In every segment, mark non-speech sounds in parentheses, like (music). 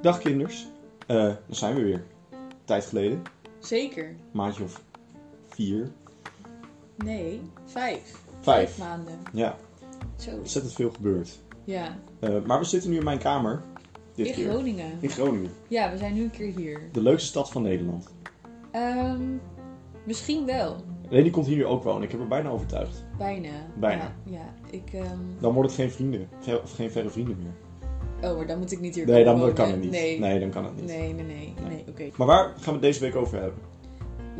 Dag kinders. Eh, daar zijn we weer. Tijd geleden. Zeker. Maandje of vier. Nee, vijf. Vijf. maanden. Ja, Zo. ontzettend veel gebeurd. Ja. Eh, maar we zitten nu in mijn kamer. Dit in keer. Groningen. In Groningen. Ja, we zijn nu een keer hier. De leukste stad van Nederland. Ehm, misschien wel. Leni komt hier nu ook wonen. Ik heb er bijna overtuigd. Bijna. Bijna. Ja, ja. ik... ehm, Dan wordt het geen vrienden. Ver- Of geen verre vrienden meer. Oh, maar dan moet ik niet hier Nee, komen dan kan wonen. het niet. Nee, nee, Nee, dan kan het niet. nee, nee. nee, Nee. oké. Maar waar gaan we het deze week over hebben?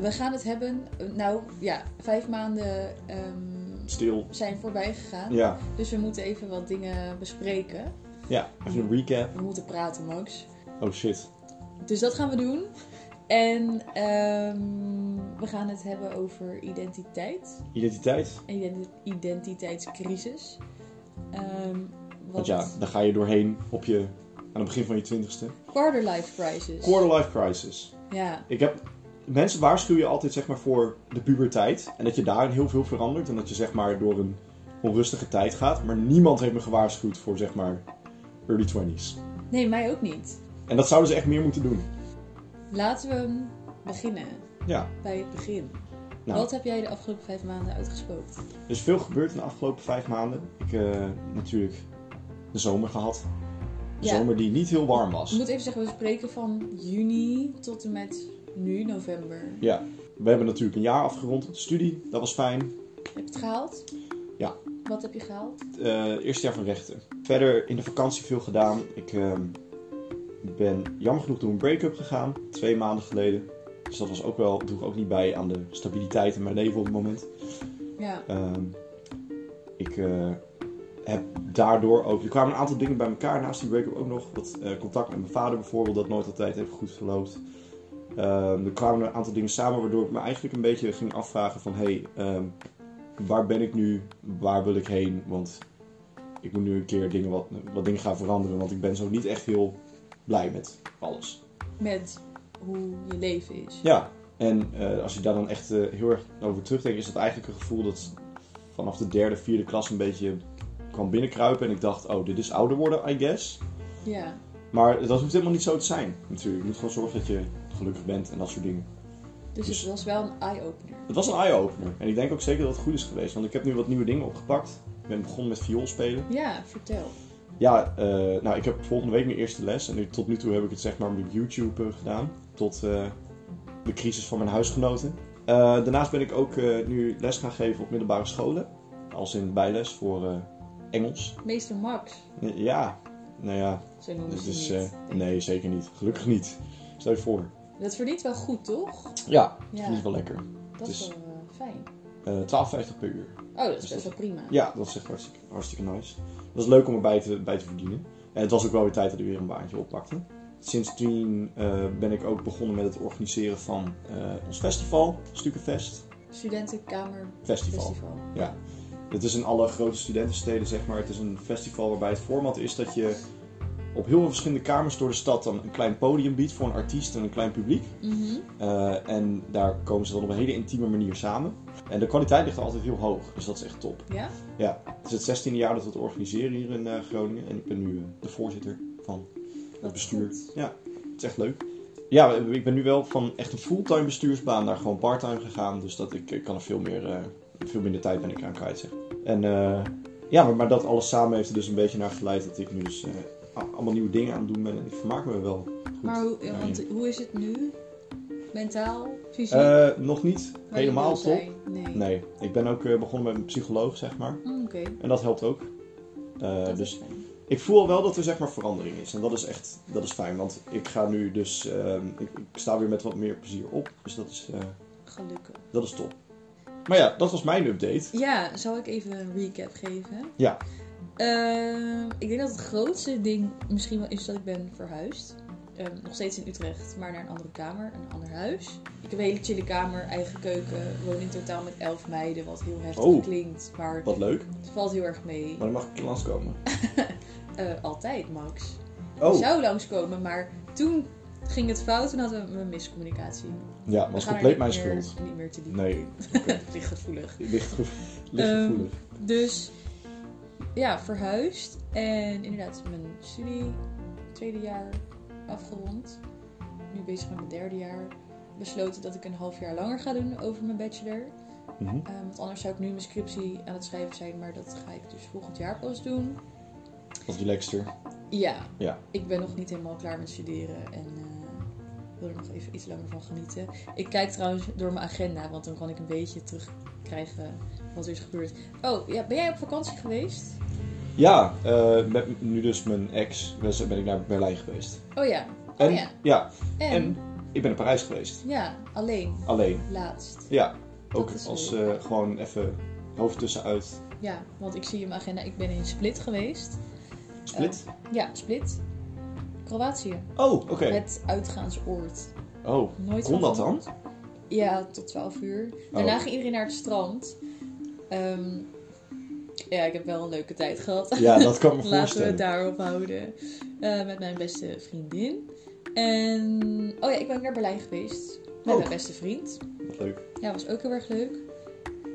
We gaan het hebben... Nou, ja, vijf maanden ehm, Stil. zijn voorbij gegaan. Ja. Dus we moeten even wat dingen bespreken. Ja. Even een recap. We moeten praten, Max. Oh shit. Dus dat gaan we doen. En ehm, we gaan het hebben over identiteit. Identiteit. en identi- identiteitscrisis. Ehm Want wat ja, daar ga je doorheen op je... Aan het begin van je twintigste. Quarterlife crisis. Quarterlife crisis. ja, Ik heb... Mensen waarschuwen je altijd zeg maar, voor de puberteit. En dat je daarin heel veel verandert. En dat je zeg maar, door een onrustige tijd gaat. Maar niemand heeft me gewaarschuwd voor zeg maar, early 20s. nee, mij ook niet. En dat zouden ze echt meer moeten doen. Laten we beginnen Ja, bij het begin. nou, Wat heb jij de afgelopen vijf maanden uitgespookt? er is veel gebeurd in de afgelopen vijf maanden. Ik heb natuurlijk de zomer gehad. Een Ja. zomer die niet heel warm Ik was. moet even zeggen, we spreken van juni tot en met nu, november. Ja, we hebben natuurlijk een jaar afgerond op de studie. Dat was fijn. Heb je het gehaald? Ja. Wat heb je gehaald? eh eerste jaar van rechten. Verder in de vakantie veel gedaan. Ik ehm, ben jammer genoeg door een break-up gegaan, twee maanden geleden. Dus dat was ook wel, droeg ook niet bij aan de stabiliteit in mijn leven op het moment. Ja, Ehm, ik eh, heb daardoor ook, er kwamen een aantal dingen bij elkaar naast die break-up ook nog. Wat eh, contact met mijn vader bijvoorbeeld, dat nooit altijd even goed verloopt. Ehm, er kwamen een aantal dingen samen waardoor ik me eigenlijk een beetje ging afvragen van... Hé, hey, ehm, waar ben ik nu? Waar wil ik heen? Want ik moet nu een keer dingen wat, wat dingen gaan veranderen. Want ik ben zo niet echt heel blij met alles. met hoe je leven is. Ja, en eh, als je daar dan echt eh, heel erg over terugdenkt, is dat eigenlijk een gevoel dat vanaf de derde, vierde klas een beetje kwam binnenkruipen. En ik dacht, oh, dit is ouder worden, I guess. Ja. Maar dat hoeft helemaal niet zo te zijn, natuurlijk. Je moet gewoon zorgen dat je gelukkig bent en dat soort dingen. Dus Dus- het was wel een eye-opener. Het was een eye-opener. En ik denk ook zeker dat het goed is geweest, want ik heb nu wat nieuwe dingen opgepakt. Ik ben begonnen met viool spelen. Ja, vertel. Ja, eh, nou, ik heb volgende week mijn eerste les. En nu- tot nu toe heb ik het zeg maar met YouTube eh, gedaan. Tot eh, de crisis van mijn huisgenoten. Eh, daarnaast ben ik ook eh, nu les gaan geven op middelbare scholen. Als in bijles voor eh, Engels. Meester Max, Eh, Ja, nou ja. zo noemen Dus, ze dus, hem eh, niet, denk ik. nee, zeker niet. Gelukkig niet. Stel je voor. Dat verdient wel goed, toch? Ja, Ja. eh, dat is wel lekker. Dat Dus- is wel eh, fijn. Eh 12,50 per uur. Oh, dat Dus is best dat- wel prima. Ja, dat is echt hartstikke, hartstikke nice. Dat is leuk om erbij te, bij te verdienen. En het was ook wel weer tijd dat ik weer een baantje oppakte. Sindsdien eh, ben ik ook begonnen met het organiseren van eh, ons festival, Stukenfest. Studentenkamerfestival. Festival. Ja. Het is in alle grote studentensteden, zeg maar. Het is een festival waarbij het format is dat je op heel veel verschillende kamers door de stad dan een klein podium biedt voor een artiest en een klein publiek. Mhm. Eh, en daar komen ze dan op een hele intieme manier samen. En de kwaliteit ligt altijd heel hoog, dus dat is echt top. Ja? Ja, het is het 16e jaar dat we het organiseren hier in eh, Groningen. En ik ben nu eh, de voorzitter van het Wat bestuur. goed. Ja, het is echt leuk. Ja, ik ben nu wel van echt een fulltime bestuursbaan naar gewoon parttime gegaan. Dus dat ik, ik kan er veel, meer, eh, veel minder tijd ben ik aan kwijt, zeg. En eh, ja, maar, maar dat alles samen heeft er dus een beetje naar geleid dat ik nu dus eh, a- allemaal nieuwe dingen aan het doen ben. En ik vermaak me wel goed. Maar hoe, daarin. want hoe is het nu? Mentaal? Fysiek? Waar Eh, nog niet je helemaal wil top. zijn? Nee. Nee, ik ben ook eh, begonnen met een psycholoog, zeg maar. Mm, Oké, En dat helpt ook. Eh, dat dus is fijn. Ik voel al wel dat er zeg maar verandering is. En dat is echt dat is fijn. Want ik ga nu dus. ehm, ik, ik sta weer met wat meer plezier op. Dus dat is, eh, Gelukkig. dat is top. Maar ja, dat was mijn update. Ja, zal ik even een recap geven? Ja. Ehm, ik denk dat het grootste ding misschien wel is dat ik ben verhuisd. Ehm, nog steeds in Utrecht, maar naar een andere kamer, een ander huis. Ik heb een hele chille kamer, eigen keuken. Woon in totaal met elf meiden, wat heel heftig Oh. klinkt. Maar Wat leuk. het valt heel erg mee. Maar dan mag ik hier langskomen. Eh, altijd, Max. Ik Oh. zou langskomen, maar toen ging het fout en hadden we een miscommunicatie. Ja, We was gaan er compleet niet mijn meer- schuld. Niet meer te diep. (laughs) Nee, Licht gevoelig. licht, ge- (laughs) licht Ehm, gevoelig. Dus ja, verhuisd. En inderdaad, mijn studie, tweede jaar afgerond. Nu bezig met mijn derde jaar. Besloten dat ik een half jaar langer ga doen over mijn bachelor. Mhm. Eh, want anders zou ik nu mijn scriptie aan het schrijven zijn, maar dat ga ik dus volgend jaar pas doen. Of relaxter. Ja, Ja. ik ben nog niet helemaal klaar met studeren en eh, wil er nog even iets langer van genieten. Ik kijk trouwens door mijn agenda, want dan kan ik een beetje terugkrijgen wat er is gebeurd. Oh, ja, ben jij op vakantie geweest? Ja, eh, met nu dus mijn ex ben ben ik naar Berlijn geweest. Oh ja, oh En, ja. En, en ik ben naar Parijs geweest. ja, alleen, Alleen. laatst. Ja, ook Dat is als leuk. eh, gewoon even hoofd tussenuit. Ja, want ik zie in mijn agenda, ik ben in Split geweest. Split? Ja, Split. Kroatië. Oh, oké. Het uitgaansoord. Oh, Nooit kon van dat dan? Ja, tot 12 uur. Daarna Oh. ging iedereen naar het strand. Ehm, ja, ik heb wel een leuke tijd gehad. Ja, dat (laughs) kan ik me Laten we voorstellen. het daarop houden. Eh, met mijn beste vriendin. En. Oh ja, ik ben ook naar Berlijn geweest. Met Ook. mijn beste vriend. Wat leuk. Ja, was ook heel erg leuk.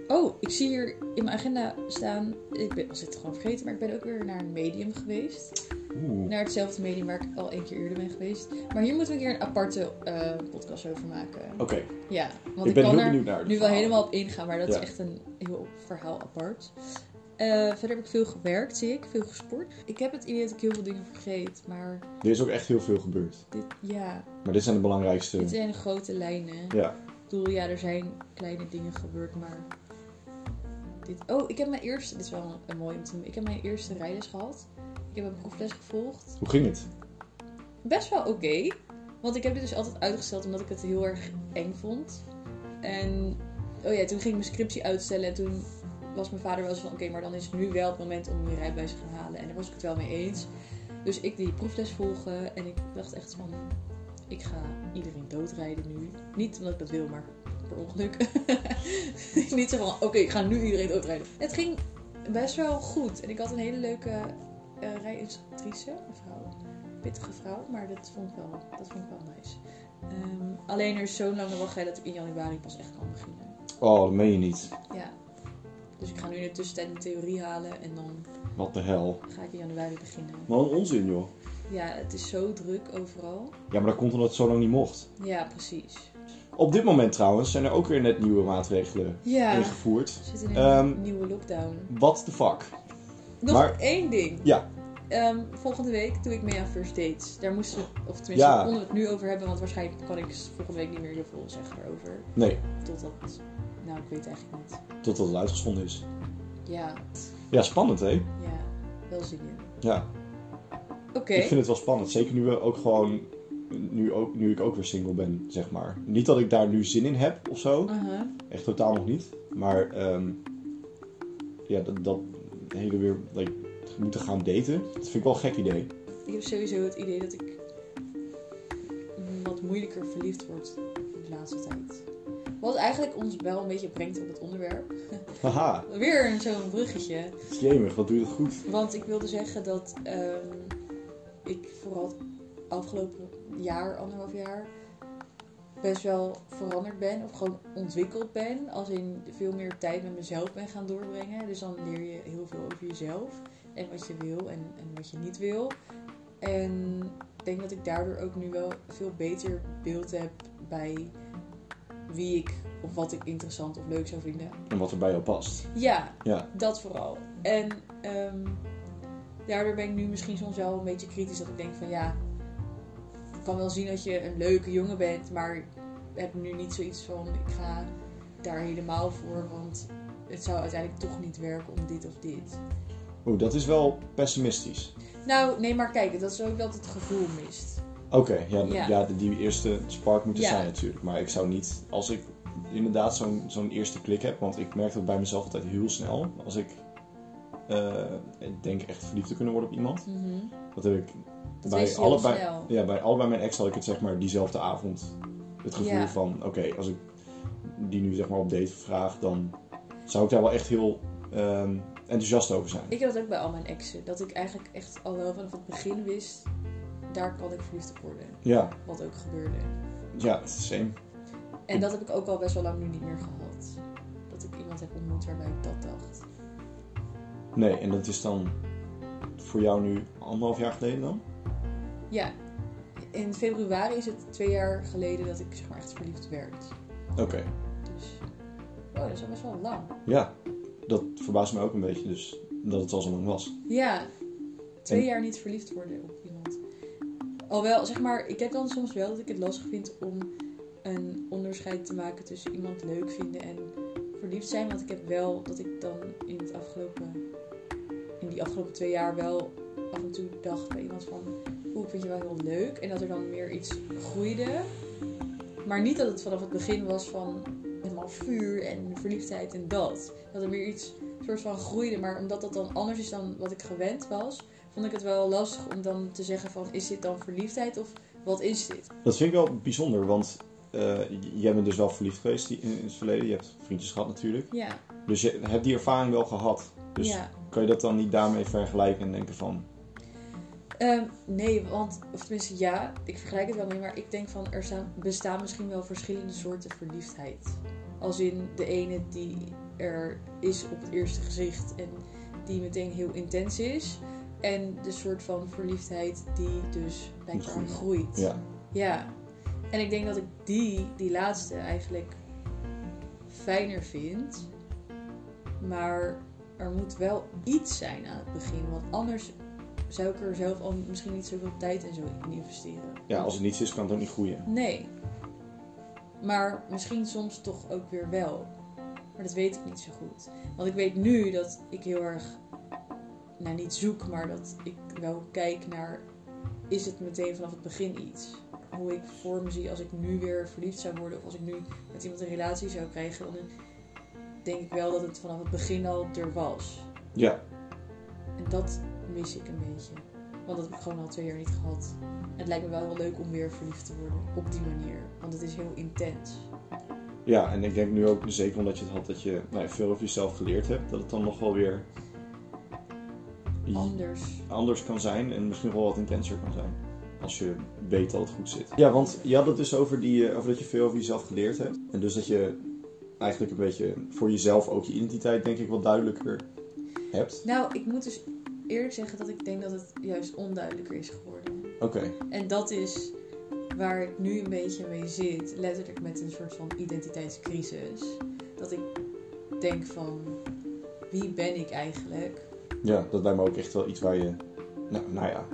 Oh, ik zie hier in mijn agenda staan. Ik ben, was het gewoon vergeten, maar ik ben ook weer naar een medium geweest. Oeh. Naar hetzelfde medium waar ik al één keer eerder ben geweest. Maar hier moeten we een keer een aparte eh, podcast over maken. Oké, Ja, want ik ik, ben kan heel er benieuwd naar. de nu wel verhalen. helemaal op ingaan, maar dat Ja. is echt een heel verhaal apart. Eh, verder heb ik veel gewerkt, zie ik, veel gesport. Ik heb het idee dat ik heel veel dingen vergeet, maar Er is ook echt heel veel gebeurd. dit, ja, Maar dit zijn de belangrijkste. dit zijn de grote lijnen. Ja. Ik bedoel, ja, er zijn kleine dingen gebeurd, maar dit... Oh, ik heb mijn eerste, dit is wel een, een mooi om te noemen, ik heb mijn eerste rijles gehad. Ik heb een proefles gevolgd. Hoe ging het? best wel oké. Want ik heb dit dus altijd uitgesteld omdat ik het heel erg eng vond. En oh ja, toen ging ik mijn scriptie uitstellen. En toen was mijn vader wel zo van: oké, maar dan is nu wel het moment om je rijbewijs te gaan halen. En daar was ik het wel mee eens. Dus ik die proefles volgen. En ik dacht echt van: ik ga iedereen doodrijden nu. Niet omdat ik dat wil, maar per ongeluk. (laughs) Niet zo van: oké, ik ga nu iedereen doodrijden. Het ging best wel goed. En ik had een hele leuke eh rijinstructrice, een vrouw pittige vrouw, maar dat vond ik wel, dat vond ik wel nice. Ehm, alleen er is zo'n lange wachtrij dat ik in januari pas echt kan beginnen. Oh, dat meen je niet. Ja. Dus ik ga nu in de tussentijd mijn theorie halen en dan Wat de hel. ga ik in januari beginnen. Wat een onzin, joh. Ja, het is zo druk overal. Ja, maar dat komt omdat het zo lang niet mocht. Ja, precies. Op dit moment trouwens zijn er ook weer net nieuwe maatregelen Ja, we ingevoerd. zitten in een Ehm, nieuwe lockdown. What the fuck? Nog maar- één ding. Ja. Ehm, volgende week doe ik mee aan First Dates. Daar moesten we, of tenminste, Ja. daar konden we het nu over hebben, want waarschijnlijk kan ik volgende week niet meer heel veel zeggen erover. Nee, Totdat, nou, ik weet eigenlijk niet. totdat het uitgezonden is. Ja, Ja, spannend, hè? Ja, wel zin in. Ja, Oké, ik vind het wel spannend. Zeker nu we ook gewoon... Nu, ook, nu ik ook weer single ben, zeg maar. Niet dat ik daar nu zin in heb of zo. aha. Echt totaal nog niet. Maar ehm, ja, dat, dat hele weer like, moeten gaan daten, dat vind ik wel een gek idee. ik heb sowieso het idee dat ik wat moeilijker verliefd word de laatste tijd. Wat eigenlijk ons wel een beetje brengt op het onderwerp. Haha, Weer een- zo'n bruggetje. jemig, wat doe je dat goed. Want ik wilde zeggen dat ehm, ik vooral het afgelopen jaar, anderhalf jaar, best wel veranderd ben. Of gewoon ontwikkeld ben. Als in veel meer tijd met mezelf ben gaan doorbrengen. Dus dan leer je heel veel over jezelf. En wat je wil en, en wat je niet wil. En ik denk dat ik daardoor ook nu wel veel beter beeld heb bij wie ik of wat ik interessant of leuk zou vinden. En wat er bij jou past. Ja, Ja. dat vooral. En ehm, daardoor ben ik nu misschien soms wel een beetje kritisch dat ik denk van ja, ik kan wel zien dat je een leuke jongen bent, maar ik heb nu niet zoiets van ik ga daar helemaal voor, want het zou uiteindelijk toch niet werken om dit of dit. Oeh, Oh, dat is wel pessimistisch. Nou, nee, maar kijk, dat is ook dat het gevoel mist. Oké, ja, d- Ja. ja, die- die eerste spark moet er Ja. zijn natuurlijk. Maar ik zou niet, als ik inderdaad zo'n zo'n eerste klik heb, want ik merk dat bij mezelf altijd heel snel. Als ik eh, denk echt verliefd te kunnen worden op iemand. Dat heb ik Dat Bij wist je allebei- heel snel. Ja, bij allebei mijn ex had ik het zeg maar diezelfde avond. Het gevoel Ja. van, oké, als ik die nu zeg maar op date vraag, dan zou ik daar wel echt heel ehm, enthousiast over zijn. Ik heb dat ook bij al mijn exen, dat ik eigenlijk echt al wel vanaf het begin wist, daar kan ik verliefd op worden, Ja, wat ook gebeurde. ja, same. En dat heb ik ook al best wel lang nu niet meer gehad. Dat ik iemand heb ontmoet waarbij ik dat dacht. Nee, en dat is dan voor jou nu anderhalf jaar geleden dan? Ja, in februari is het twee jaar geleden dat ik zeg maar echt verliefd werd. Oké, Dus, wow, dat is al best wel lang. ja. Dat verbaast me ook een beetje, dus dat het al zo lang was. Ja, twee En- jaar niet verliefd worden op iemand. Alhoewel, zeg maar, ik heb dan soms wel dat ik het lastig vind om een onderscheid te maken tussen iemand leuk vinden en verliefd zijn. Want ik heb wel dat ik dan in het afgelopen, in die afgelopen twee jaar wel af en toe dacht bij iemand van, oeh, ik vind je wel heel leuk. En dat er dan meer iets groeide. Maar niet dat het vanaf het begin was van helemaal vuur en verliefdheid en dat. Dat er meer iets soort van groeide. Maar omdat dat dan anders is dan wat ik gewend was, vond ik het wel lastig om dan te zeggen van is dit dan verliefdheid of wat is dit? Dat vind ik wel bijzonder, want eh, j- jij bent dus wel verliefd geweest in, in het verleden. Je hebt vriendjes gehad natuurlijk. Ja, Dus je hebt die ervaring wel gehad. Dus ja. kan je dat dan niet daarmee vergelijken en denken van... Ehm, nee, want, of tenminste ja, ik vergelijk het wel mee, maar ik denk van er staan, bestaan misschien wel verschillende soorten verliefdheid. Als in de ene die er is op het eerste gezicht en die meteen heel intens is. En de soort van verliefdheid die dus bij Moet elkaar groeien. groeit. Ja, Ja, en ik denk dat ik die, die laatste, eigenlijk fijner vind. Maar er moet wel iets zijn aan het begin, want anders zou ik er zelf al misschien niet zoveel tijd en zo in investeren. ja als het niets is, kan het ook niet groeien. Nee. Maar misschien soms toch ook weer wel. Maar dat weet ik niet zo goed. Want ik weet nu dat ik heel erg, nou niet zoek, maar dat ik wel kijk naar, is het meteen vanaf het begin iets? Hoe ik voor me zie als ik nu weer verliefd zou worden of als ik nu met iemand een relatie zou krijgen, dan denk ik wel dat het vanaf het begin al er was. Ja, En dat mis ik een beetje. Want dat heb ik gewoon al twee jaar niet gehad. Het lijkt me wel heel leuk om weer verliefd te worden. Op die manier. Want het is heel intens. ja, en ik denk nu ook, zeker omdat je het had, dat je nou, ja, veel over jezelf geleerd hebt. Dat het dan nog wel weer Anders. anders kan zijn en misschien wel wat intenser kan zijn. Als je weet dat het goed zit. Ja, want je had het dus over, die, eh, over dat je veel over jezelf geleerd hebt. En dus dat je eigenlijk een beetje voor jezelf ook je identiteit denk ik wat duidelijker hebt. Nou, ik moet dus eerlijk zeggen dat ik denk dat het juist onduidelijker is geworden. Oké, En dat is waar ik nu een beetje mee zit. Letterlijk met een soort van identiteitscrisis. Dat ik denk van... Wie ben ik eigenlijk? ja, dat lijkt me ook echt wel iets waar je, nou, nou ja,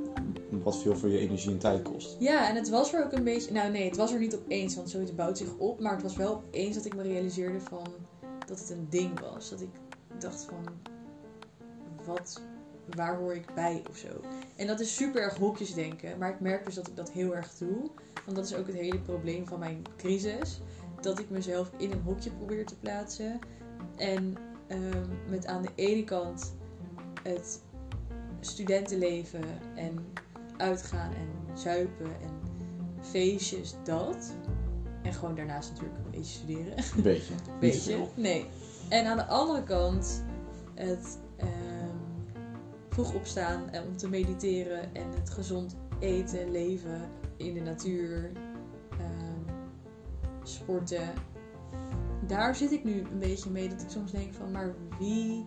wat veel voor je energie en tijd kost. (laughs) Ja, en het was er ook een beetje. Nou nee, het was er niet opeens, want zoiets bouwt zich op. Maar het was wel opeens dat ik me realiseerde van dat het een ding was. Dat ik dacht van wat, waar hoor ik bij of zo. En dat is super erg hokjes denken. Maar ik merk dus dat ik dat heel erg doe. Want dat is ook het hele probleem van mijn crisis. Dat ik mezelf in een hokje probeer te plaatsen. En ehm, met aan de ene kant het studentenleven en uitgaan en zuipen en feestjes, dat. En gewoon daarnaast natuurlijk een beetje studeren. Een beetje. Niet te Weet je? veel. Nee. En aan de andere kant het ehm, vroeg opstaan en om te mediteren en het gezond eten, leven in de natuur, ehm, sporten. Daar zit ik nu een beetje mee dat ik soms denk van, maar wie,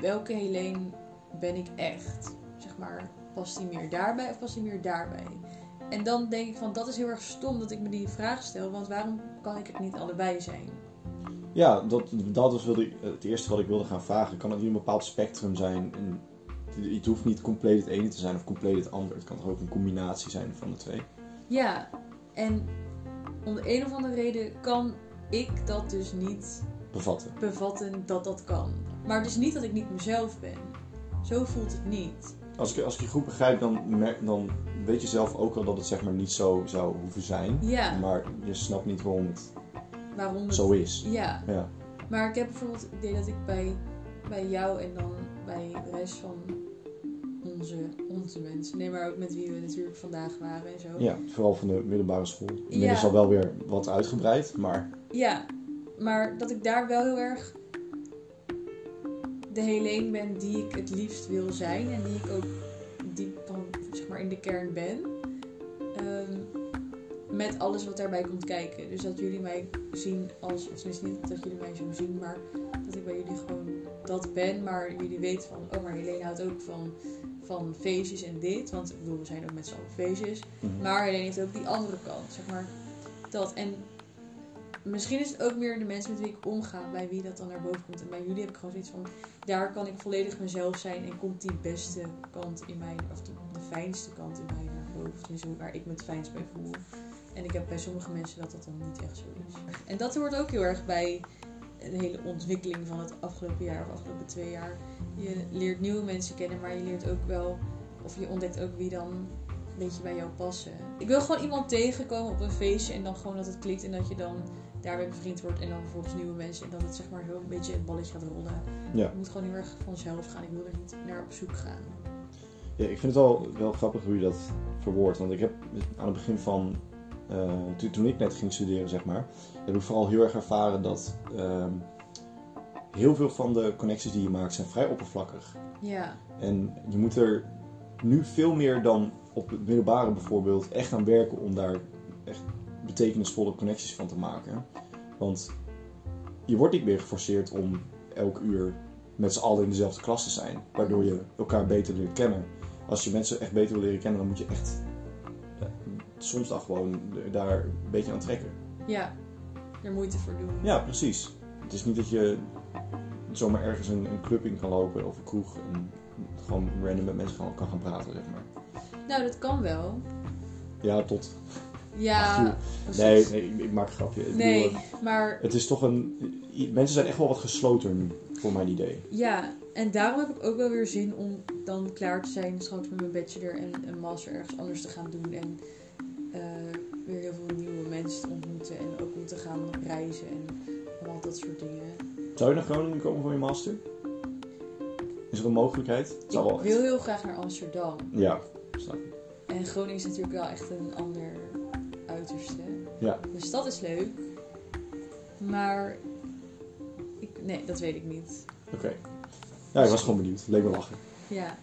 welke Helene ben ik echt? Zeg maar, past die meer daarbij of past die meer daarbij? En dan denk ik van, dat is heel erg stom dat ik me die vraag stel, want waarom kan ik het niet allebei zijn? Ja, dat, dat was wilde ik- het eerste wat ik wilde gaan vragen. Kan het niet een bepaald spectrum zijn? En het, het hoeft niet compleet het ene te zijn of compleet het ander. Het kan toch ook een combinatie zijn van de twee? Ja, en om de een of andere reden kan ik dat dus niet Bevatten. bevatten dat dat kan. Maar het is niet dat ik niet mezelf ben. Zo voelt het niet. Als ik, als ik je goed begrijp, dan, merk, dan weet je zelf ook al dat het zeg maar niet zo zou hoeven zijn. Ja, Maar je snapt niet waarom het waarom het... zo is. Ja, Ja, maar ik heb bijvoorbeeld het idee dat ik bij, bij jou en dan bij de rest van onze, onze mensen... Nee, maar ook met wie we natuurlijk vandaag waren en zo. ja vooral van de middelbare school. Inmiddels Ja. al wel weer wat uitgebreid, maar Ja, maar dat ik daar wel heel erg de Helene ben die ik het liefst wil zijn en die ik ook diep van, zeg maar, in de kern ben. Ehm, Met alles wat daarbij komt kijken. Dus dat jullie mij zien als, of tenminste niet dat jullie mij zo zien, maar dat ik bij jullie gewoon dat ben. Maar jullie weten van, oh maar Helene houdt ook van, van feestjes en dit. Want ik bedoel, we zijn ook met z'n allen op feestjes. Mhm. Maar Helene heeft ook die andere kant, zeg maar. Dat. En misschien is het ook meer de mensen met wie ik omga, bij wie dat dan naar boven komt. En bij jullie heb ik gewoon zoiets van, daar kan ik volledig mezelf zijn en komt die beste kant in mij, of de, de fijnste kant in mij naar boven. Tenminste, waar ik me het fijnst bij voel. En ik heb bij sommige mensen dat dat dan niet echt zo is. En dat hoort ook heel erg bij de hele ontwikkeling van het afgelopen jaar of afgelopen twee jaar. Je leert nieuwe mensen kennen, maar je leert ook wel, of je ontdekt ook wie dan een beetje bij jou passen. Ik wil gewoon iemand tegenkomen op een feestje en dan gewoon dat het klikt en dat je dan daarmee bevriend wordt en dan vervolgens nieuwe mensen en dat het zeg maar zo een beetje het balletje gaat rollen. Ja. Het moet gewoon heel erg vanzelf gaan. Ik wil er niet naar op zoek gaan. Ja, ik vind het al wel grappig hoe je dat verwoordt. Want ik heb aan het begin van. eh, to- toen ik net ging studeren, zeg maar. heb ik vooral heel erg ervaren dat. ehm, heel veel van de connecties die je maakt zijn vrij oppervlakkig. Ja, En je moet er nu veel meer dan op het middelbare bijvoorbeeld echt aan werken om daar echt betekenisvolle connecties van te maken. Want je wordt niet meer geforceerd om elk uur met z'n allen in dezelfde klas te zijn. Waardoor je elkaar beter leert kennen. Als je mensen echt beter wil leren kennen, dan moet je echt eh, soms dan gewoon daar een beetje aan trekken. ja. Er moeite voor doen. Ja, precies. Het is niet dat je zomaar ergens een, een club in kan lopen of een kroeg en gewoon random met mensen kan, kan gaan praten, zeg maar. Nou, dat kan wel. Ja, tot. Ach, Ja, joh. precies. Nee, nee ik, ik maak een grapje. Ik Nee, bedoel, eh, maar het is toch een. i- Mensen zijn echt wel wat gesloten nu, voor mijn idee. ja. En daarom heb ik ook wel weer zin om dan klaar te zijn straks met mijn bachelor en een master ergens anders te gaan doen. En eh, weer heel veel nieuwe mensen te ontmoeten en ook om te gaan reizen en al dat soort dingen. Zou je naar Groningen komen voor je master? Is er een mogelijkheid? Het zou wel Ik wil heel graag naar Amsterdam. Ja, snap ik. En Groningen is natuurlijk wel echt een ander uiterste. Ja. Dus dat is leuk. Maar ik, nee, dat weet ik niet. Oké. Ja, ik was gewoon benieuwd. Leek me lachen. Ja.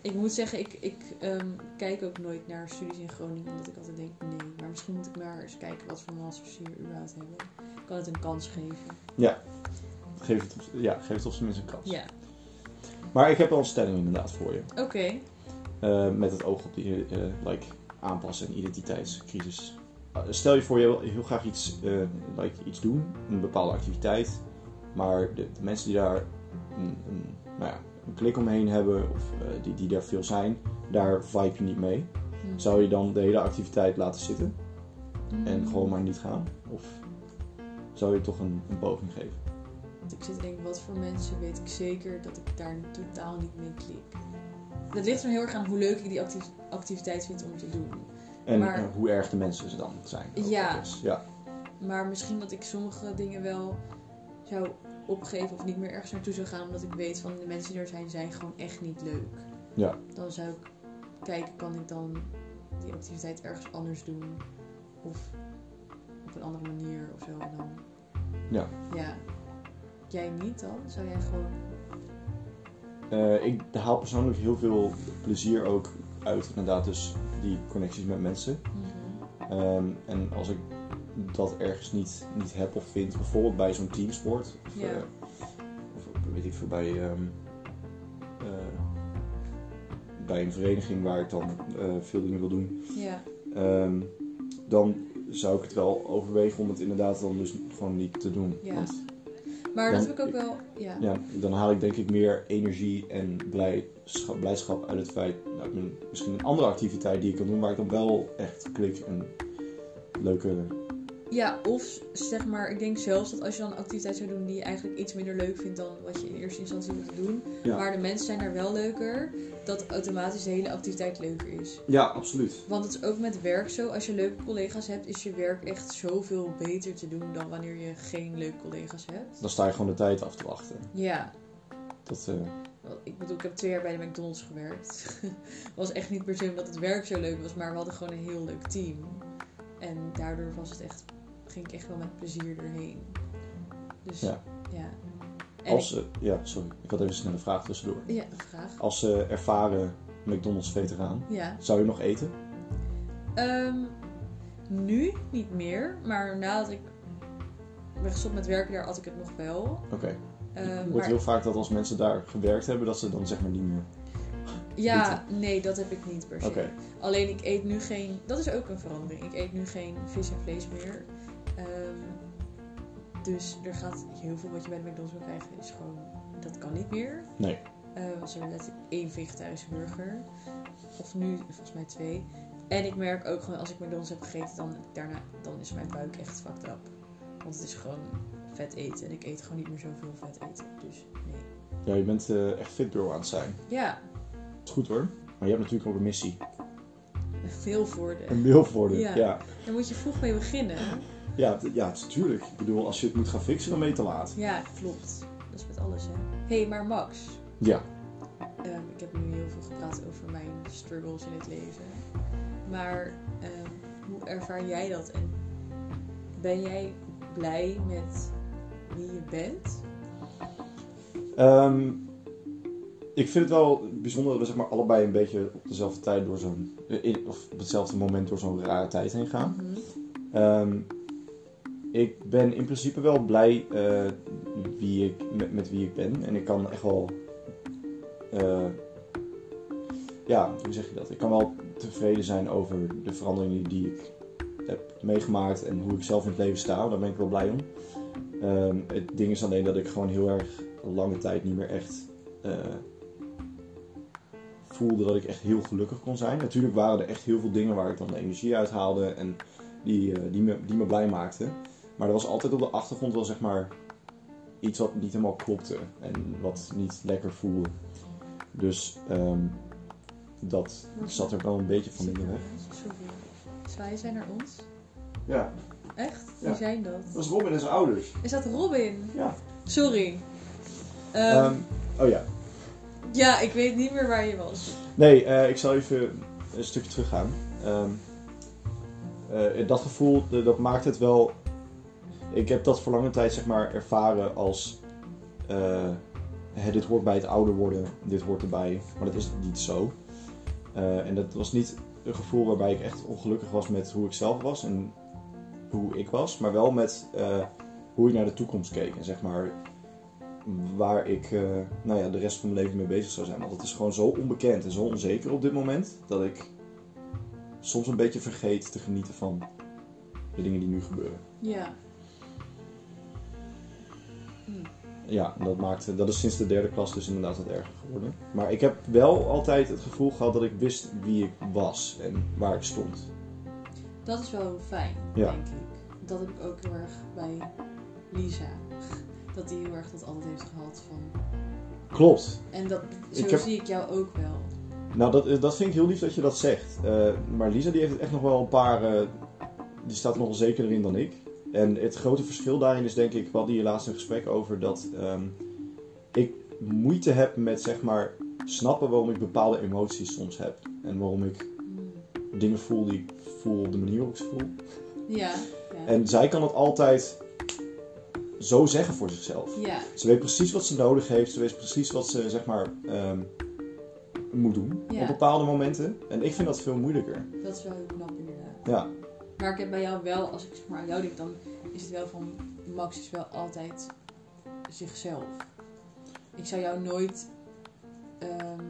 Ik moet zeggen, ik, ik ehm, kijk ook nooit naar studies in Groningen. Omdat ik altijd denk, nee. Maar misschien moet ik maar eens kijken wat voor masters hier überhaupt hebben. Ik kan het een kans geven. Geef het, op- ja, geef het op zijn minst een kans. Ja. Maar ik heb wel een stelling inderdaad voor je. Oké. Eh, met het oog op die eh, eh, like, aanpassen en identiteitscrisis. Eh, Stel je voor, je wil heel graag iets, eh, like, iets doen, een bepaalde activiteit, maar de, de mensen die daar een, een, nou ja, een klik omheen hebben of eh, die, die daar veel zijn, daar vibe je niet mee. Hm. Zou je dan de hele activiteit laten zitten en Hm. gewoon maar niet gaan? Of zou je toch een, een poging geven? Want ik zit te denken, wat voor mensen weet ik zeker dat ik daar totaal niet mee klik. Dat ligt er heel erg aan hoe leuk ik die acti- activiteit vind om te doen. En Maar- eh, hoe erg de mensen ze dan zijn. ook Ja. dat is. ja. Maar misschien dat ik sommige dingen wel zou opgeven of niet meer ergens naartoe zou gaan. Omdat ik weet van de mensen die er zijn, zijn gewoon echt niet leuk. Ja. Dan zou ik kijken, kan ik dan die activiteit ergens anders doen? Of op een andere manier of zo. En dan... Ja. Ja. Jij niet dan? Zou jij gewoon... Eh, ik haal persoonlijk heel veel plezier ook uit inderdaad dus die connecties met mensen. Mhm. Ehm, en als ik dat ergens niet, niet heb of vind, bijvoorbeeld bij zo'n teamsport. Of, Ja. eh, of eh, weet ik veel, bij, ehm, eh, bij een vereniging waar ik dan eh, veel dingen wil doen. Ja. ehm, dan zou ik het wel overwegen om het inderdaad dan dus gewoon niet te doen. Ja. Want Maar dat Dan- heb ik ook wel... Ja. ja, dan haal ik denk ik meer energie en blijdschap, blijdschap uit het feit, nou, ik bedoel, misschien een andere activiteit die ik kan doen, waar ik dan wel echt klik en leuke. Ja, of zeg maar, ik denk zelfs dat als je dan een activiteit zou doen die je eigenlijk iets minder leuk vindt dan wat je in eerste instantie moet doen. Ja. Maar de mensen zijn daar wel leuker, dat automatisch de hele activiteit leuker is. Ja, absoluut. Want het is ook met werk zo, als je leuke collega's hebt, is je werk echt zoveel beter te doen dan wanneer je geen leuke collega's hebt. Dan sta je gewoon de tijd af te wachten. Ja, Dat, eh, wel, ik bedoel, ik heb twee jaar bij de McDonald's gewerkt. (laughs) was echt niet per se omdat het werk zo leuk was, maar we hadden gewoon een heel leuk team. En daardoor was het echt, ging ik echt wel met plezier erheen. Dus Ja. ja. En als ze, ja, sorry, ik had even een snelle vraag tussendoor. ik- ja, graag. Als eh, ze ervaren McDonald's veteraan, Ja. zou je nog eten? Ehm, Nu niet meer, maar nadat ik ben gestopt met werken daar had ik het nog wel. Oké. Het Ehm, maar- wordt heel vaak dat als mensen daar gewerkt hebben, dat ze dan zeg maar niet meer. Ja, nee, dat heb ik niet per se. Oké. Alleen ik eet nu geen. Dat is ook een verandering. Ik eet nu geen vis en vlees meer. Ehm, dus er gaat heel veel wat je bij de McDonald's wil krijgen, is gewoon. Dat kan niet meer. Nee. Eh, was er net één vegetarische burger. Of nu volgens mij twee. En ik merk ook gewoon als ik McDonald's heb gegeten, dan, daarna, dan is mijn buik echt fucked up. Want het is gewoon vet eten. En ik eet gewoon niet meer zoveel vet eten. Dus nee. Ja, je bent eh, echt fitbro aan het zijn. Ja, (laughs) Het is goed hoor. Maar je hebt natuurlijk ook een missie. veel voordelen. Een wil voor dit. Ja. Ja. Daar moet je vroeg mee beginnen. Ja, t- ja, natuurlijk. Ik bedoel, als je het moet gaan fixen, dan ben je te laat. Ja, klopt. Dat is met alles, hè. Hé, hey, maar Max. Ja. ehm, ik heb nu heel veel gepraat over mijn struggles in het leven. Maar ehm, hoe ervaar jij dat? En ben jij blij met wie je bent? Ehm, ik vind het wel bijzonder dat we zeg maar, allebei een beetje op dezelfde tijd door zo'n... eh, in- Of op hetzelfde moment door zo'n rare tijd heen gaan. Ehm, ik ben in principe wel blij eh, wie ik, met, met wie ik ben. En ik kan echt wel. eh, ja, hoe zeg je dat? Ik kan wel tevreden zijn over de veranderingen die ik heb meegemaakt en hoe ik zelf in het leven sta. Daar ben ik wel blij om. Ehm, het ding is alleen dat ik gewoon heel erg lange tijd niet meer echt. eh, voelde dat ik echt heel gelukkig kon zijn. Natuurlijk waren er echt heel veel dingen waar ik dan de energie uit haalde en die, eh, die, me, die me blij maakte. Maar er was altijd op de achtergrond wel zeg maar iets wat niet helemaal klopte en wat niet lekker voelde. Dus ehm, dat zat er wel een beetje van in de weg. Sorry. Zwaai zijn er ons? Ja, Echt? Ja. Wie zijn dat? dat was Robin en zijn ouders. Is dat Robin? Ja. Sorry. Ehm, Ehm, oh ja. ja, ik weet niet meer waar je was. Nee, eh, ik zal even een stukje teruggaan. Ehm, eh, dat gevoel, eh, dat maakt het wel... Ik heb dat voor lange tijd zeg maar ervaren als... eh, hè, dit hoort bij het ouder worden, dit hoort erbij. Maar dat is niet zo. Eh, en dat was niet een gevoel waarbij ik echt ongelukkig was met hoe ik zelf was en hoe ik was. Maar wel met eh, hoe ik naar de toekomst keek. En zeg maar waar ik eh, nou ja, de rest van mijn leven mee bezig zou zijn. Want het is gewoon zo onbekend en zo onzeker op dit moment dat ik soms een beetje vergeet te genieten van de dingen die nu gebeuren. Ja. Ja, en dat, maakt, eh, dat is sinds de derde klas dus inderdaad wat erger geworden. Maar ik heb wel altijd het gevoel gehad dat ik wist wie ik was en waar ik stond. Dat is wel fijn, Ja. denk ik. Dat heb ik ook heel erg bij Lisa. Dat die heel erg dat altijd heeft gehad van... Klopt. En dat, zo Ik heb- zie ik jou ook wel. Nou, dat, dat vind ik heel lief dat je dat zegt. Eh, maar Lisa die heeft het echt nog wel een paar... eh, die staat er nog wel zekerder in dan ik. En het grote verschil daarin is denk ik... We hadden hier laatst een gesprek over dat... ehm, ik moeite heb met zeg maar... Snappen waarom ik bepaalde emoties soms heb. En waarom ik Mm. dingen voel die ik voel op de manier waarop ik ze voel. Ja, ja. En zij kan het altijd zo zeggen voor zichzelf. ja, Ze weet precies wat ze nodig heeft. Ze weet precies wat ze, zeg maar, ehm, moet doen Ja. op bepaalde momenten. En ik vind dat veel moeilijker. dat is wel heel knap inderdaad. Ja, Maar ik heb bij jou wel, als ik zeg maar aan jou denk, dan is het wel van... Max is wel altijd zichzelf. Ik zou jou nooit ehm,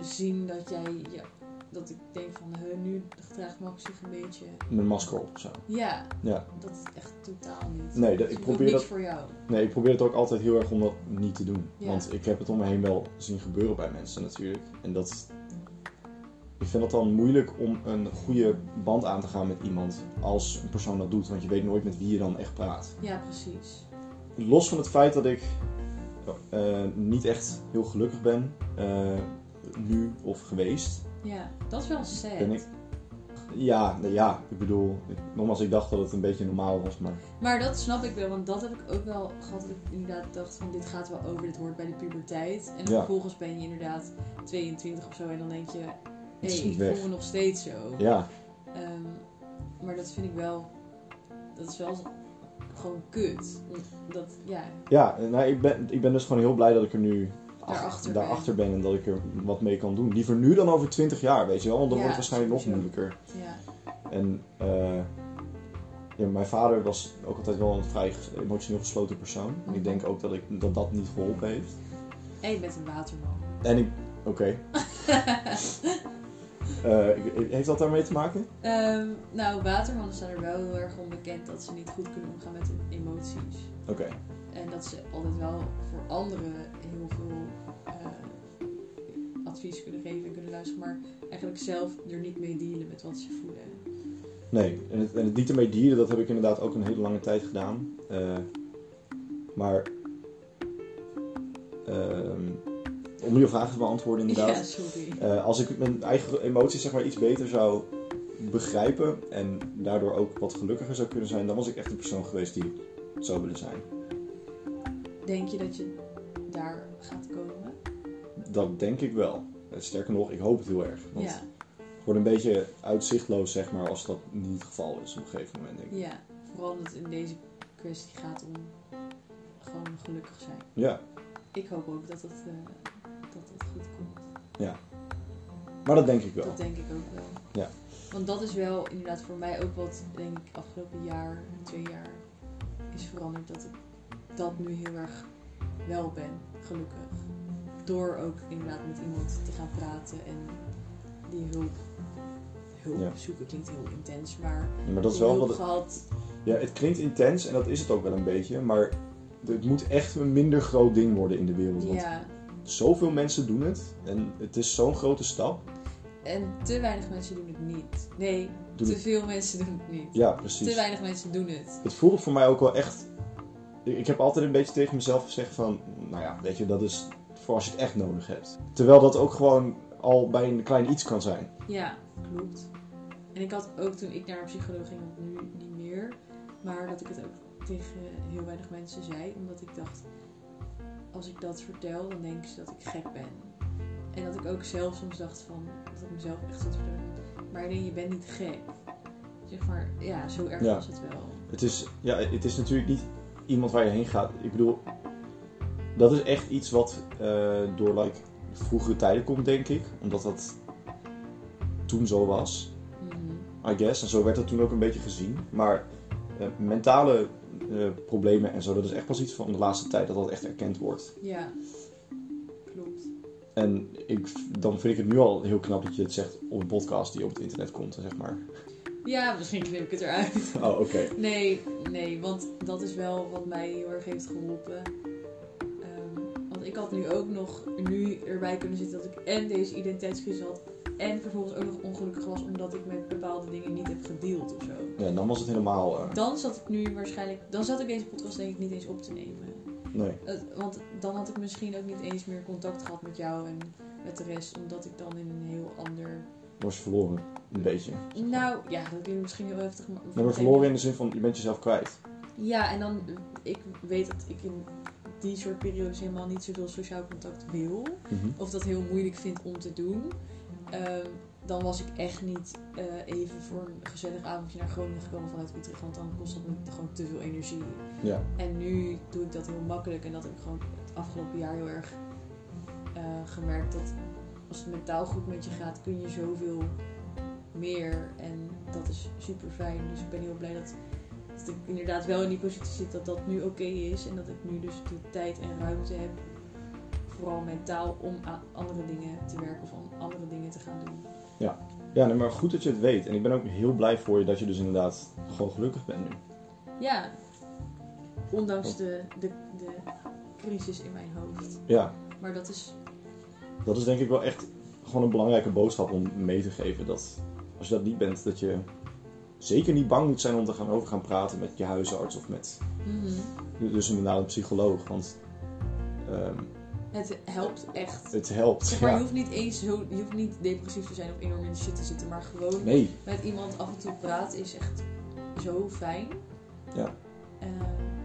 zien dat jij... Ja, dat ik denk van, "Huh, nu gedraagt Max zich een beetje... met een masker op of zo. Ja, Ja. dat is echt totaal niet. Nee, dat- ik Dus doe probeer niks dat- voor jou. Nee, ik probeer het ook altijd heel erg om dat niet te doen. Ja. Want ik heb het om me heen wel zien gebeuren bij mensen natuurlijk. En dat... Ik vind het dan moeilijk om een goede band aan te gaan met iemand als een persoon dat doet. Want je weet nooit met wie je dan echt praat. Ja, precies. los van het feit dat ik eh, niet echt heel gelukkig ben, eh, nu of geweest, Ja, dat is wel sad. ben ik. Ja, nou ja, ik bedoel, ik- nogmaals, ik dacht dat het een beetje normaal was, maar Maar dat snap ik wel, want dat heb ik ook wel gehad. Dat ik inderdaad dacht van dit gaat wel over, dit hoort bij de puberteit. En Ja. vervolgens ben je inderdaad 22 of zo en dan denk je... Hé, is hey, niet ik weg. voel me nog steeds zo. ja, Ehm, maar dat vind ik wel... Dat is wel gewoon kut. Mm. Dat, ja, ja nou, ik, ben, ik ben dus gewoon heel blij dat ik er nu ach- Daarachter daarachter ben en dat ik er wat mee kan doen. Liever nu dan over 20 jaar, weet je wel, want dan Ja, wordt het waarschijnlijk nog sowieso. moeilijker. ja. En eh, ja, mijn vader was ook altijd wel een vrij ges- emotioneel gesloten persoon. Mhm. En ik denk ook dat ik, dat, dat niet geholpen heeft. En je bent een waterman. En ik... Oké. (laughs) Eh, ik- heeft dat daarmee te maken? Ehm, nou, watermannen zijn er wel heel erg onbekend dat ze niet goed kunnen omgaan met hun emoties. Oké. En dat ze altijd wel voor anderen heel veel eh, advies kunnen geven en kunnen luisteren, maar eigenlijk zelf er niet mee dealen met wat ze voelen. Nee, en het, en het niet ermee dieren, dat heb ik inderdaad ook een hele lange tijd gedaan. Eh, maar ehm, om je vraag te beantwoorden inderdaad. Ja, sorry. Eh, als ik mijn eigen emoties zeg maar iets beter zou begrijpen en daardoor ook wat gelukkiger zou kunnen zijn, dan was ik echt de persoon geweest die ik zou willen zijn. Denk je dat je daar gaat komen? Dat denk ik wel. Eh, Sterker nog, ik hoop het heel erg. Want Ja, het wordt een beetje uitzichtloos zeg maar als dat niet het geval is op een gegeven moment denk ik. ja. Vooral omdat het in deze kwestie gaat om gewoon gelukkig zijn. Ja, Ik hoop ook dat het, eh, dat het goed komt. maar dat denk ik wel. Dat denk ik ook wel. Ja. Want dat is wel inderdaad voor mij ook wat, denk ik, afgelopen jaar, twee jaar is veranderd. Dat ik dat nu heel erg wel ben, gelukkig. Door ook inderdaad met iemand te gaan praten en die hulp, hulp Ja. zoeken klinkt heel intens, maar Maar dat is die wel hulp wat het- gehad. Ja, het klinkt intens en dat is het ook wel een beetje, maar het moet echt een minder groot ding worden in de wereld. Want Ja. zoveel mensen doen het en het is zo'n grote stap. En te weinig mensen doen het niet. Nee, Doen te het- veel mensen doen het niet. Ja, te precies. weinig mensen doen het. Het voelde voor mij ook wel echt. Ik ik heb altijd een beetje tegen mezelf gezegd van, nou ja, weet je, dat is voor als je het echt nodig hebt. Terwijl dat ook gewoon al bij een klein iets kan zijn. Ja, klopt. En ik had ook toen ik naar een psycholoog ging, want nu niet meer, maar dat ik het ook tegen heel weinig mensen zei, omdat ik dacht, als ik dat vertel, dan denken ze dat ik gek ben. En dat ik ook zelf soms dacht van, dat ik mezelf echt zat te vertellen, maar nee, je bent niet gek. Zeg maar, ja, zo erg Ja. was het wel. Het is, ja, het is natuurlijk niet iemand waar je heen gaat. Ik bedoel, dat is echt iets wat eh, door like, vroegere tijden komt, denk ik. Omdat dat toen zo was. Mhm. I guess. En zo werd dat toen ook een beetje gezien. Maar eh, mentale eh, problemen en zo, dat is echt pas iets van de laatste tijd dat dat echt erkend wordt. Ja, klopt. En ik, dan vind ik het nu al heel knap dat je het zegt op een podcast die op het internet komt, zeg maar. Ja, misschien knip ik het eruit. Oh, oké. Nee, nee, want dat is wel wat mij heel erg heeft geholpen. Ehm, want ik had nu ook nog nu erbij kunnen zitten dat ik en deze identiteitscrisis had. En vervolgens ook nog ongelukkig was omdat ik met bepaalde dingen niet heb gedeeld of zo. Ja, dan was het helemaal... eh, Dan zat ik nu waarschijnlijk. Dan zat ik deze podcast denk ik niet eens op te nemen. nee. Het- want dan had ik misschien ook niet eens meer contact gehad met jou en met de rest. Omdat ik dan in een heel ander. Was je verloren. Een beetje. Nou ja, dat klinkt misschien heel heftig. Maar, Nee, maar verloren in de zin van, je bent jezelf kwijt. Ja, en dan, ik weet dat ik in die soort periodes helemaal niet zoveel sociaal contact wil. Mhm. Of dat heel moeilijk vind om te doen. Ehm, dan was ik echt niet eh, even voor een gezellig avondje naar Groningen gekomen vanuit Utrecht. Want dan kost dat me gewoon te veel energie. Ja. En nu doe ik dat heel makkelijk. En dat heb ik gewoon het afgelopen jaar heel erg eh, gemerkt. Dat als het mentaal goed met je gaat, kun je zoveel meer. En dat is super fijn. Dus ik ben heel blij dat, dat ik inderdaad wel in die positie zit. Dat dat nu oké is. En dat ik nu dus de tijd en ruimte heb. Vooral mentaal om aan andere dingen te werken. Of om andere dingen te gaan doen. Ja, nee, maar goed dat je het weet. En ik ben ook heel blij voor je dat je dus inderdaad gewoon gelukkig bent nu. Ja. Ondanks de, de, de crisis in mijn hoofd. Ja. Maar dat is Dat is denk ik wel echt gewoon een belangrijke boodschap om mee te geven. Dat als je dat niet bent, dat je zeker niet bang moet zijn om te gaan over gaan praten met je huisarts of met mhm. dus inderdaad een psycholoog. Want ehm, Het helpt echt. het helpt. Zeg maar, je Ja. hoeft niet eens zo, je hoeft niet depressief te zijn of enorm in de shit te zitten, maar gewoon Nee, met iemand af en toe praten is echt zo fijn. Ja. Eh,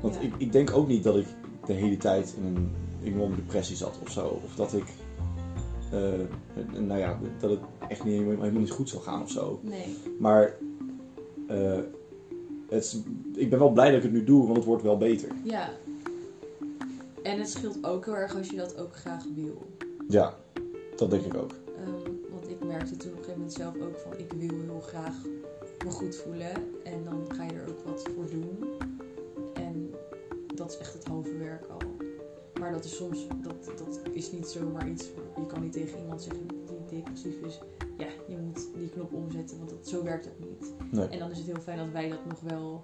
want ja. ik, ik denk ook niet dat ik de hele tijd in een enorme depressie zat of zo. Of dat ik, eh, nou ja, dat het echt niet, helemaal niet goed zou gaan of zo. Nee. Maar eh, het, is- ik ben wel blij dat ik het nu doe, want het wordt wel beter. Ja. En het scheelt ook heel erg als je dat ook graag wil. Ja, dat denk ik ook. Ehm, want ik merkte toen op een gegeven moment zelf ook van ik wil heel graag me goed voelen. En dan ga je er ook wat voor doen. En dat is echt het halve werk al. Maar dat is soms, dat, dat is niet zomaar iets. Je kan niet tegen iemand zeggen die depressief is. Ja, je moet die knop omzetten, want dat, zo werkt dat niet. Nee. En dan is het heel fijn dat wij dat nog wel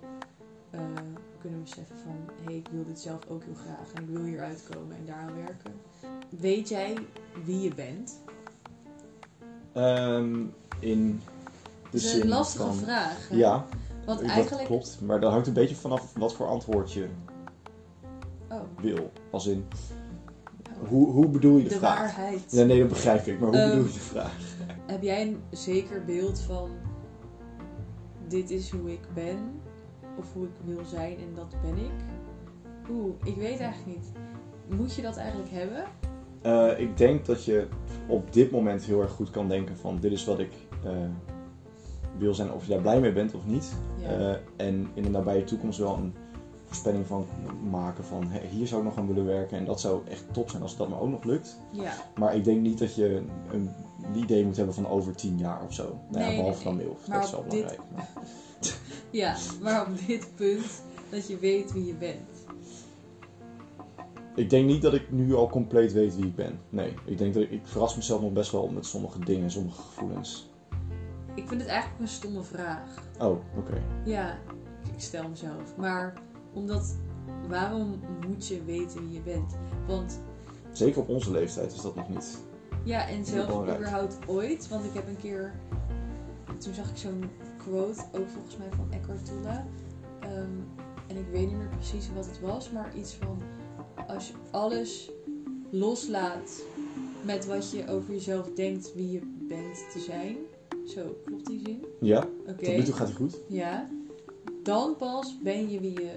eh, kunnen beseffen van... hé, hey, ik wil dit zelf ook heel graag en ik wil hier uitkomen en daaraan werken. Weet jij wie je bent? Ehm, in de Dat is zin een lastige Dus van... vraag. hè? Ja, Want dat eigenlijk... klopt. Maar dat hangt een beetje vanaf wat voor antwoord je Oh, wil. Als in, oh. hoe, hoe bedoel je de, de vraag? waarheid. Nee, nee, dat begrijp ik. Maar hoe Ehm, bedoel je de vraag? Heb jij een zeker beeld van... dit is hoe ik ben of hoe ik wil zijn en dat ben ik? Oeh, ik weet eigenlijk niet. Moet je dat eigenlijk hebben? Eh, ik denk dat je op dit moment heel erg goed kan denken van... Dit is wat ik eh, wil zijn. Of je daar blij mee bent of niet. Ja. Eh, en in de nabije toekomst wel een voorspelling van maken van... hé, hier zou ik nog aan willen werken. En dat zou echt top zijn als dat me ook nog lukt. ja. Maar ik denk niet dat je een, een idee moet hebben van over tien jaar of zo. Nou ja, Nee, behalve nee, dan nee. MILF. Maar Dat is wel op dit- belangrijk. maar- Ja, maar op dit punt dat je weet wie je bent. Ik denk niet dat ik nu al compleet weet wie ik ben. Nee, ik denk dat ik, ik verras mezelf nog best wel met sommige dingen, sommige gevoelens. Ik vind het eigenlijk een stomme vraag. Oh, oké. Ja, ik stel mezelf. Maar omdat, waarom moet je weten wie je bent? Want Zeker op onze leeftijd is dat nog niet. ja, en zelfs belangrijk. überhaupt ooit. Want ik heb een keer, toen zag ik zo'n quote, ook volgens mij van Eckhart Tolle. Ehm, en ik weet niet meer precies wat het was, maar iets van als je alles loslaat met wat je over jezelf denkt wie je bent te zijn. Zo, klopt die zin? Ja, Oké. tot nu toe gaat het goed. Ja. Dan pas ben je wie je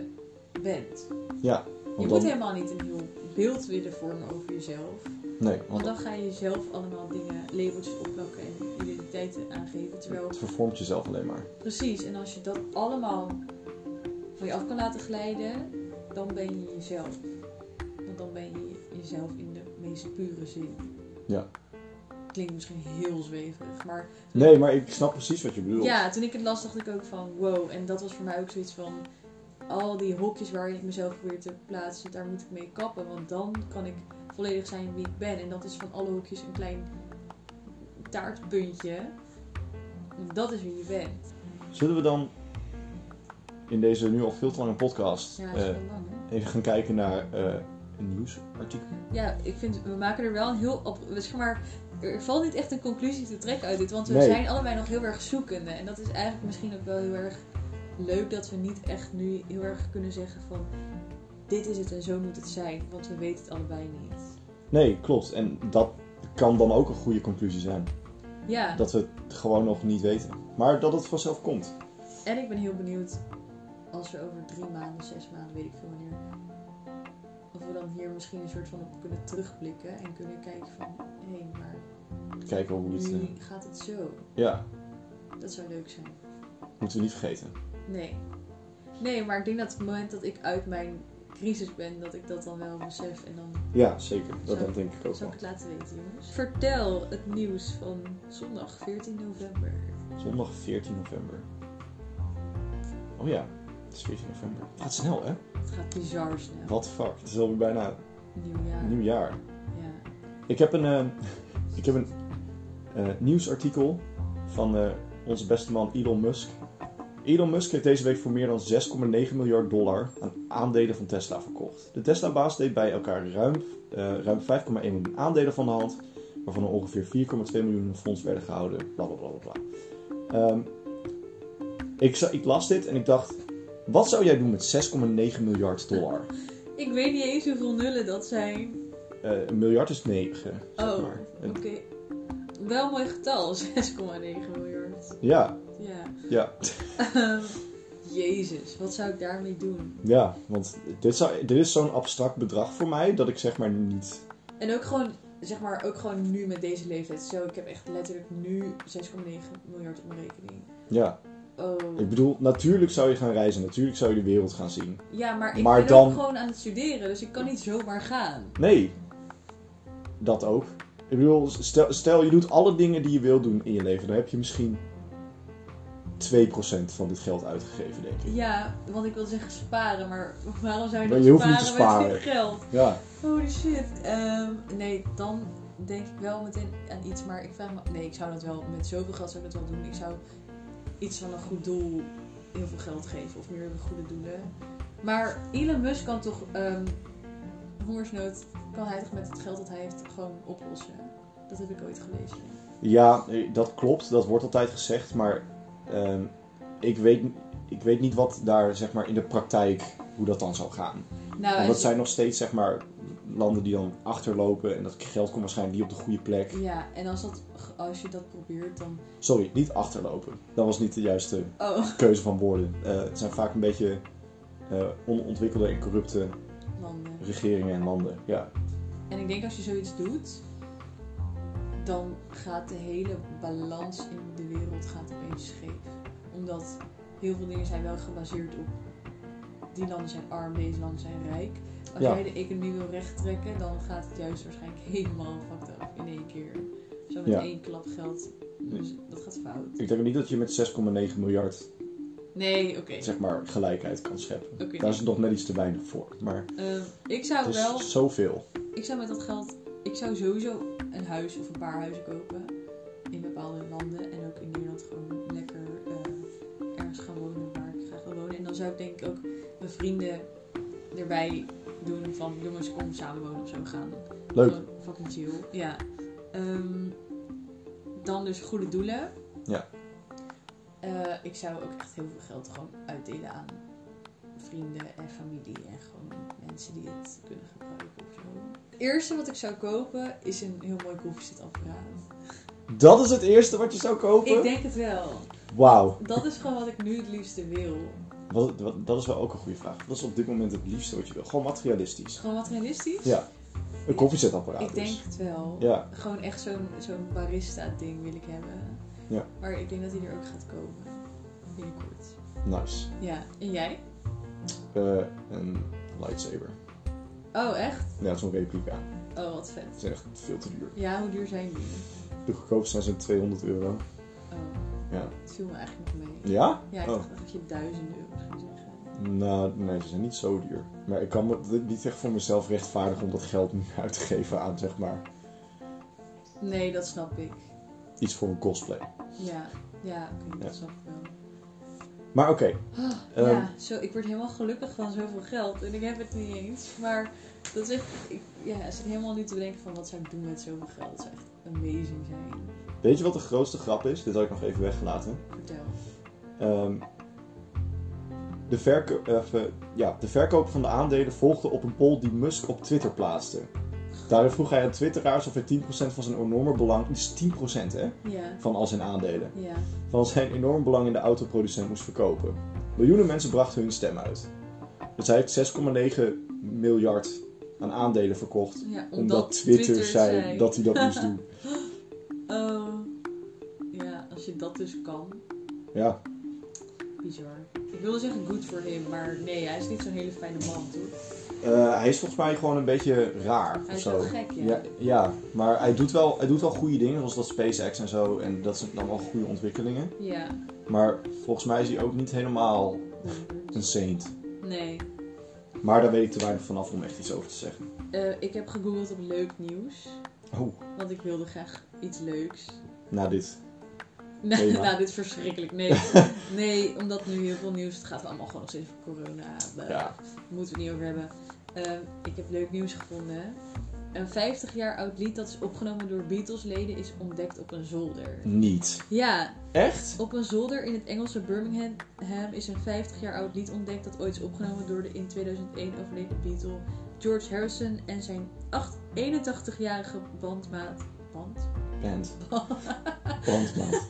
bent. Ja, Je want moet dan... helemaal niet een heel beeld willen vormen over jezelf. Nee, Want want dan ga je zelf allemaal dingen, labeltjes opplakken en identiteiten aangeven. Terwijl, het vervormt jezelf alleen maar. precies, en als je dat allemaal van je af kan laten glijden, dan ben je jezelf. Want dan ben je jezelf in de meest pure zin. Ja. Klinkt misschien heel zweverig, maar Nee, maar ik snap precies wat je bedoelt. Ja, toen ik het las, dacht ik ook van wow. En dat was voor mij ook zoiets van. Al die hokjes waar ik mezelf probeer te plaatsen, daar moet ik mee kappen. Want dan kan ik volledig zijn wie ik ben. En dat is van alle hokjes een klein taartpuntje. En Dat is wie je bent. Zullen we dan in deze nu al veel te lange podcast Ja, dat is eh, wel lang, hè? even gaan kijken naar eh, een nieuwsartikel? Ja, ik vind, we maken er wel een heel... Op, zeg maar, er valt niet echt een conclusie te trekken uit dit. Want we Nee. zijn allebei nog heel erg zoekende. En dat is eigenlijk misschien ook wel heel erg leuk dat we niet echt nu heel erg kunnen zeggen van... Dit is het en zo moet het zijn, want we weten het allebei niet. Nee, klopt. En dat kan dan ook een goede conclusie zijn. Ja, Dat we het gewoon nog niet weten. Maar dat het vanzelf komt. en ik ben heel benieuwd als we over drie maanden, zes maanden, weet ik veel wanneer... Of we dan hier misschien een soort van op kunnen terugblikken en kunnen kijken van... Hé, maar Kijken hoe het... eh, nu gaat het zo. ja, Dat zou leuk zijn. moeten we niet vergeten. Nee. Nee, maar ik denk dat op het moment dat ik uit mijn crisis ben, dat ik dat dan wel besef. En dan Ja, zeker. Dat Zo. denk ik ook wel. zal ik het laten weten, jongens. Vertel het nieuws van zondag 14 november. Zondag 14 november. Oh ja, het is 14 november. Ah, Het gaat snel, hè? Het gaat bizar snel. What the fuck? Het is alweer bijna Nieuwjaar. nieuwjaar. Ja. Ik heb een, eh, (laughs) ik heb een eh, nieuwsartikel van eh, onze beste man Elon Musk. Elon Musk heeft deze week voor meer dan 6,9 miljard dollar aan aandelen van Tesla verkocht. De Tesla-baas deed bij elkaar ruim, eh, ruim 5,1 miljoen aandelen van de hand, waarvan er ongeveer 4,2 miljoen in een fonds werden gehouden. Bla bla bla bla. bla. Ehm, ik, za- ik las dit en ik dacht: wat zou jij doen met 6,9 miljard dollar? Ik weet niet eens hoeveel nullen dat zijn. Eh, een miljard is 9, zeg Oh, maar. oké. En- Wel een mooi getal, (laughs) 6,9 miljard. ja, Ja. (laughs) ja. Ehm, Jezus, wat zou ik daarmee doen? Ja, want dit, zou, dit is zo'n abstract bedrag voor mij dat ik zeg maar niet. En ook gewoon, zeg maar, ook gewoon nu met deze leeftijd. Zo, ik heb echt letterlijk nu 6,9 miljard op mijn rekening. Ja, Oh. ik bedoel, natuurlijk zou je gaan reizen, natuurlijk zou je de wereld gaan zien. Ja, maar ik Maar ben dan- ook gewoon aan het studeren, dus ik kan niet zomaar gaan. Nee, dat ook. Ik bedoel, stel, stel je doet alle dingen die je wilt doen in je leven, dan heb je misschien 2% van dit geld uitgegeven, denk ik. Ja, want ik wil zeggen sparen, maar waarom zou je, Maar dan je hoeft niet te met dit geld? Ja. Holy shit. Ehm, nee, dan denk ik wel meteen aan iets, maar ik vraag me... Nee, ik zou dat wel met zoveel geld zou ik dat wel doen. Ik zou iets van een goed doel heel veel geld geven of meer goede doelen. Maar Elon Musk kan toch ehm hongersnood, kan hij toch met het geld dat hij heeft gewoon oplossen? Dat heb ik ooit gelezen. Ja, eh, dat klopt. Dat wordt altijd gezegd. Maar ehm, ik, weet, ik weet niet wat daar zeg maar, in de praktijk, hoe dat dan zou gaan. Nou, Want en- dat zijn nog steeds zeg maar, landen die dan achterlopen. En dat geld komt waarschijnlijk niet op de goede plek. Ja, en als, dat, als je dat probeert, dan... Sorry, niet achterlopen. Dat was niet de juiste Oh, keuze van woorden. Eh, het zijn vaak een beetje eh, onontwikkelde en corrupte landen. regeringen en landen. Ja. eh, En ik denk als je zoiets doet, dan gaat de hele balans in de wereld gaat opeens scheef. Omdat heel veel dingen zijn wel gebaseerd op die landen zijn arm, deze landen zijn rijk. Als Ja. jij de economie wil rechttrekken, dan gaat het juist waarschijnlijk helemaal fucked up in één keer. Zo met Ja. één klap geld. Dus dat gaat fout. Ik denk niet dat je met 6,9 miljard Nee, oké. zeg maar, gelijkheid kan scheppen. Oké. Daar is Dus het nog net iets te weinig voor. Maar Ehm, ik het zou wel is zoveel. Ik zou met dat geld, ik zou sowieso een huis of een paar huizen kopen in bepaalde landen en ook in Nederland gewoon lekker eh, ergens gaan wonen waar ik graag wil wonen. En dan zou ik denk ik ook mijn vrienden erbij doen van jongens kom samen wonen of zo gaan. Leuk. Gewoon fucking chill. Ja. Ehm, dan dus goede doelen. Ja. Eh, ik zou ook echt heel veel geld gewoon uitdelen aan vrienden en familie en gewoon mensen die het kunnen gebruiken of zo. Het eerste wat ik zou kopen is een heel mooi koffiezetapparaat. Dat is het eerste wat je zou kopen? Ik denk het wel. Wauw. Dat is gewoon wat ik nu het liefste wil. Wat, wat- dat is wel ook een goede vraag. Wat is op dit moment het liefste wat je wil? Gewoon Is materialistisch. gewoon wat realistisch? Ja. Een koffiezetapparaat Ik denk dus. het wel. Ja. Gewoon echt zo'n zo'n barista-ding wil ik hebben. Ja. Maar ik denk dat die er ook gaat komen. Binnenkort. Nice. Ja. En jij? Eh, een lightsaber. Oh, echt? Ja, zo'n replica. Oh, wat vet. Het is echt veel te duur. Ja, hoe duur zijn die? De goedkoopste zijn zo'n 200 euro. Oh, Ja. het viel me eigenlijk nog mee. Ja? Ja, ik Oh. dacht dat je duizend euro ging zeggen. Nou, nee, ze zijn niet zo duur. Maar ik kan me dit niet echt voor mezelf rechtvaardigen om dat geld nu uit te geven aan, zeg maar, Nee, dat snap ik. iets voor een cosplay. Ja, ja, oké, dat Ja. snap ik wel. Maar oké, Ah, Ehm. ja, zo, ik word helemaal gelukkig van zoveel geld en ik heb het niet eens. Maar dat is echt, ik ja, ik zit helemaal nu te bedenken van wat zou ik doen met zoveel geld. Dat zou echt amazing zijn. weet je wat de grootste grap is? Dit had ik nog even weggelaten. Vertel. Ehm, de, verko of, eh, ja, de verkoop van de aandelen volgde op een poll die Musk op Twitter plaatste. Daarin vroeg hij aan Twitteraars of hij 10% van zijn enorme belang, dus 10% hè, Ja, van al zijn aandelen, ja. van zijn enorm belang in de autoproducent moest verkopen. Miljoenen mensen brachten hun stem uit. Dus hij heeft 6,9 miljard aan aandelen verkocht, ja omdat, Twitter, zei, dat hij dat (laughs) moest doen. Oh. Ja, als je dat dus kan. Ja, Bizar. Ik wilde zeggen good for him, maar nee, hij is niet zo'n hele fijne man, toch? eh, hij is volgens mij gewoon een beetje raar Hij of is zo. wel gek, ja. Ja, ja, maar hij doet, wel, hij doet wel goede dingen, zoals dat SpaceX en zo. En dat zijn dan wel goede ontwikkelingen. Ja. Maar volgens mij is hij ook niet helemaal een saint. Dus Nee. Maar daar weet ik te weinig vanaf om echt iets over te zeggen. Eh, ik heb gegoogeld op leuk nieuws. Oh, Want ik wilde graag iets leuks. (laughs) na dit. Nou, Thema. nou, dit is verschrikkelijk. (laughs) Nee. nee, omdat nu heel veel nieuws. Het gaat allemaal gewoon nog steeds over corona. Daar Ja. moeten we het niet over hebben. Ehm, ik heb leuk nieuws gevonden. Een 50 jaar oud lied dat is opgenomen door Beatles-leden is ontdekt op een zolder. Niet. Ja, Echt? op een zolder in het Engelse Birmingham Ham is een 50 jaar oud lied ontdekt dat ooit is opgenomen door de in 2001 overleden Beatle George Harrison en zijn 8 81-jarige bandmaat. Band? (laughs) Band. Bandmaat.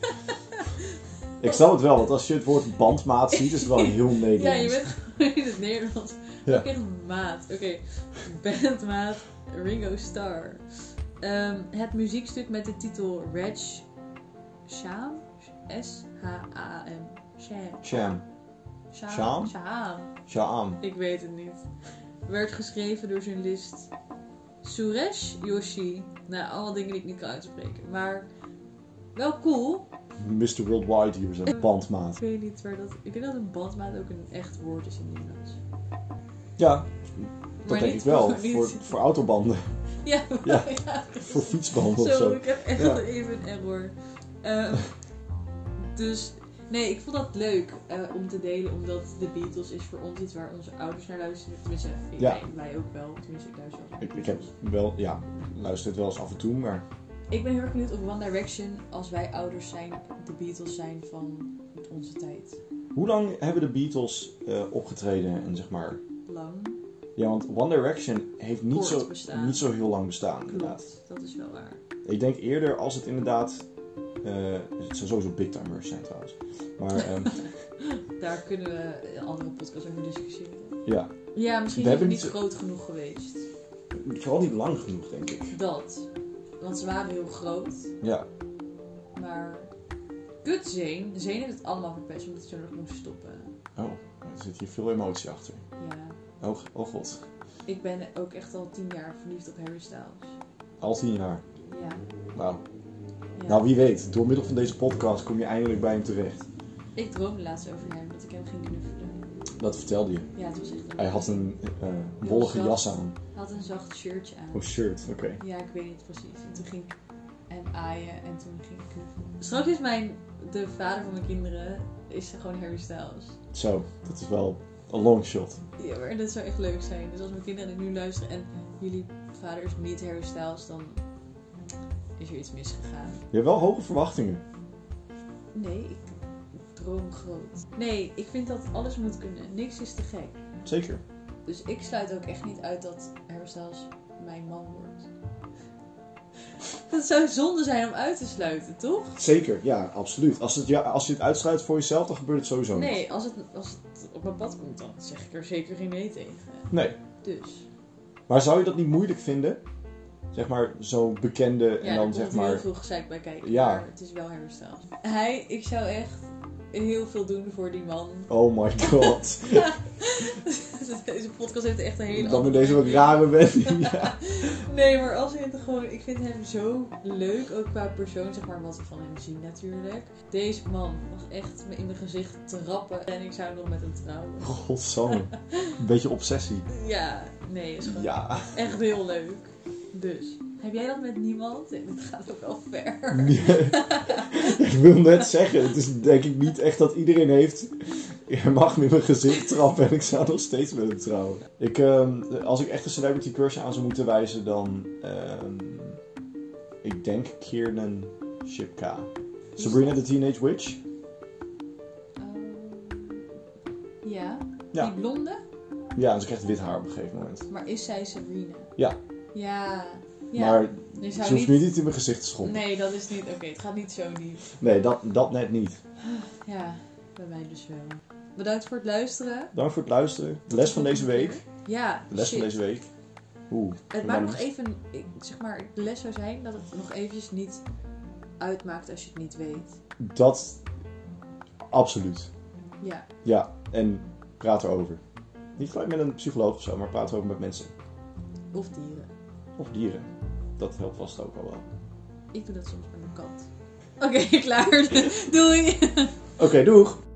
Ik snap het wel, want als je het woord bandmaat ziet, is het wel heel Nederlands. (laughs) Ja, je bent gewoon in het Nederlands. Ja. Ook echt maat. Oké, bandmaat Ringo Starr. Ehm, het muziekstuk met de titel Reg Sham? S-H-A-M. Sham. Sham. Sham. Sham? Sham. Sham. Ik weet het niet. Werd geschreven door journalist Suresh Yoshi. Nou, allemaal dingen die ik niet kan uitspreken. Maar Wel cool. Mr. Worldwide hier zijn bandmaat. Ik weet niet waar dat... Ik denk dat een bandmaat ook een echt woord is in Nederlands. Ja, dat Maar denk niet ik wel. niet- (laughs) Voor, voor autobanden, (laughs) Ja, Ja. ja. voor fietsbanden of Zo, zo. ik heb echt Ja. even een error. Ehm, dus nee, ik vond dat leuk eh, om te delen, omdat de Beatles is voor ons iets waar onze ouders naar luisteren. Tenminste, ik- Ja. wij, wij ook wel. Tenminste, ik luister wel. Ik, ik heb wel, ja, luister het wel eens af en toe, maar Ik ben heel erg benieuwd of One Direction, als wij ouders zijn, de Beatles zijn van onze tijd. hoe lang hebben de Beatles eh, opgetreden en zeg maar... Lang. Ja, want One Direction heeft niet, Kort zo, bestaan. niet zo heel lang bestaan, inderdaad. Klopt, dat is wel waar. Ik denk eerder als het inderdaad... eh het zou sowieso big timers zijn trouwens. (laughs) Maar ehm, Daar kunnen we een andere podcast over discussiëren. ja, Ja, misschien We zijn hebben we niet niet groot genoeg geweest. vooral niet lang genoeg, denk ik. Dat. Want ze waren heel groot. Ja, Maar kut Zeen. Zeen heeft het allemaal verpest omdat hij zo nog moest stoppen. oh, er zit hier veel emotie achter. Ja. Oh, oh god, Ik ben ook echt al tien jaar verliefd op Harry Styles. al tien jaar. Ja. Wauw. ja. Nou, wie weet, door middel van deze podcast kom je eindelijk bij hem terecht. Ik droomde laatst over hem dat ik hem ging knuffelen. Dat vertelde je. Ja, het was echt een... Hij had een eh wollige jas aan. Hij had een zacht shirtje aan. Oh, shirt, oké. Ja, ik weet niet precies. En toen ging ik hem aaien en toen ging ik knuffelen. Straks is mijn... De vader van mijn kinderen is gewoon Harry Styles. Zo, dat is wel een long shot. Ja, maar dat zou echt leuk zijn. Dus als mijn kinderen dit nu luisteren en jullie vader is niet Harry Styles, dan is er iets misgegaan. Je hebt wel hoge verwachtingen. Nee, ik droom groot. Nee, ik vind dat alles moet kunnen. Niks is te gek. Zeker. Dus ik sluit ook echt niet uit dat Harry Styles mijn man wordt. (laughs) Dat zou zonde zijn om uit te sluiten, toch? Zeker, ja, absoluut. Als, het, ja, als je het uitsluit voor jezelf, dan gebeurt het sowieso niet. Nee, als het, als het op mijn pad komt, dan zeg ik er zeker geen nee tegen. Nee. Dus, Maar zou je dat niet moeilijk vinden? Zeg maar, zo'n bekende ja, en er dan komt zeg heel maar... veel gezeik bij kijken, Ja. maar het is wel Harry Styles. Hij, ik zou echt heel veel doen voor die man. (laughs) Dus Oh my god. deze podcast heeft echt een hele dan met andere- deze wat rare wending. (laughs) ja. Nee, maar als je het gewoon... Ik vind hem zo leuk, ook qua persoon, zeg maar, wat ik van hem zie natuurlijk. Deze man was echt me in mijn gezicht trappen en ik zou nog met hem trouwen. Godsamme. Een beetje obsessie. Ja, nee, is gewoon Ja. echt heel leuk. Dus, heb jij dat met niemand? Het gaat ook wel ver. (laughs) ik wil net zeggen, het is denk ik niet echt dat iedereen heeft. Je mag me in mijn gezicht trappen en ik zou nog steeds met hem trouwen. Ik, ehm, als ik echt een celebrity crush aan zou moeten wijzen, dan. ehm, ik denk Kiernan Shipka. Sabrina the Teenage Witch? Oh. ja. Ja. die blonde, Ja, ze krijgt wit haar op een gegeven moment. maar is zij Sabrina? Ja. Ja, ja. Maar Je zou ze hoeft me niet in mijn gezicht te schoppen. Nee, dat is niet. Oké, het gaat niet zo diep. Nee, dat, dat net niet. Ja, bij mij dus wel. Bedankt voor het luisteren. Dank voor het luisteren. De les van deze week. Ja, De les shit. van deze week. Oeh. Het maakt nog even, ik, zeg maar, de les zou zijn dat het nog eventjes niet uitmaakt als je het niet weet. Dat. Absoluut. Ja, Ja, en praat erover. Niet gelijk met een psycholoog of zo, maar praat erover met mensen. of dieren. Of dieren. Dat helpt vast ook al wel. (laughs) Ik doe dat soms met mijn kat. Oké, klaar. Doei. Oké, doeg!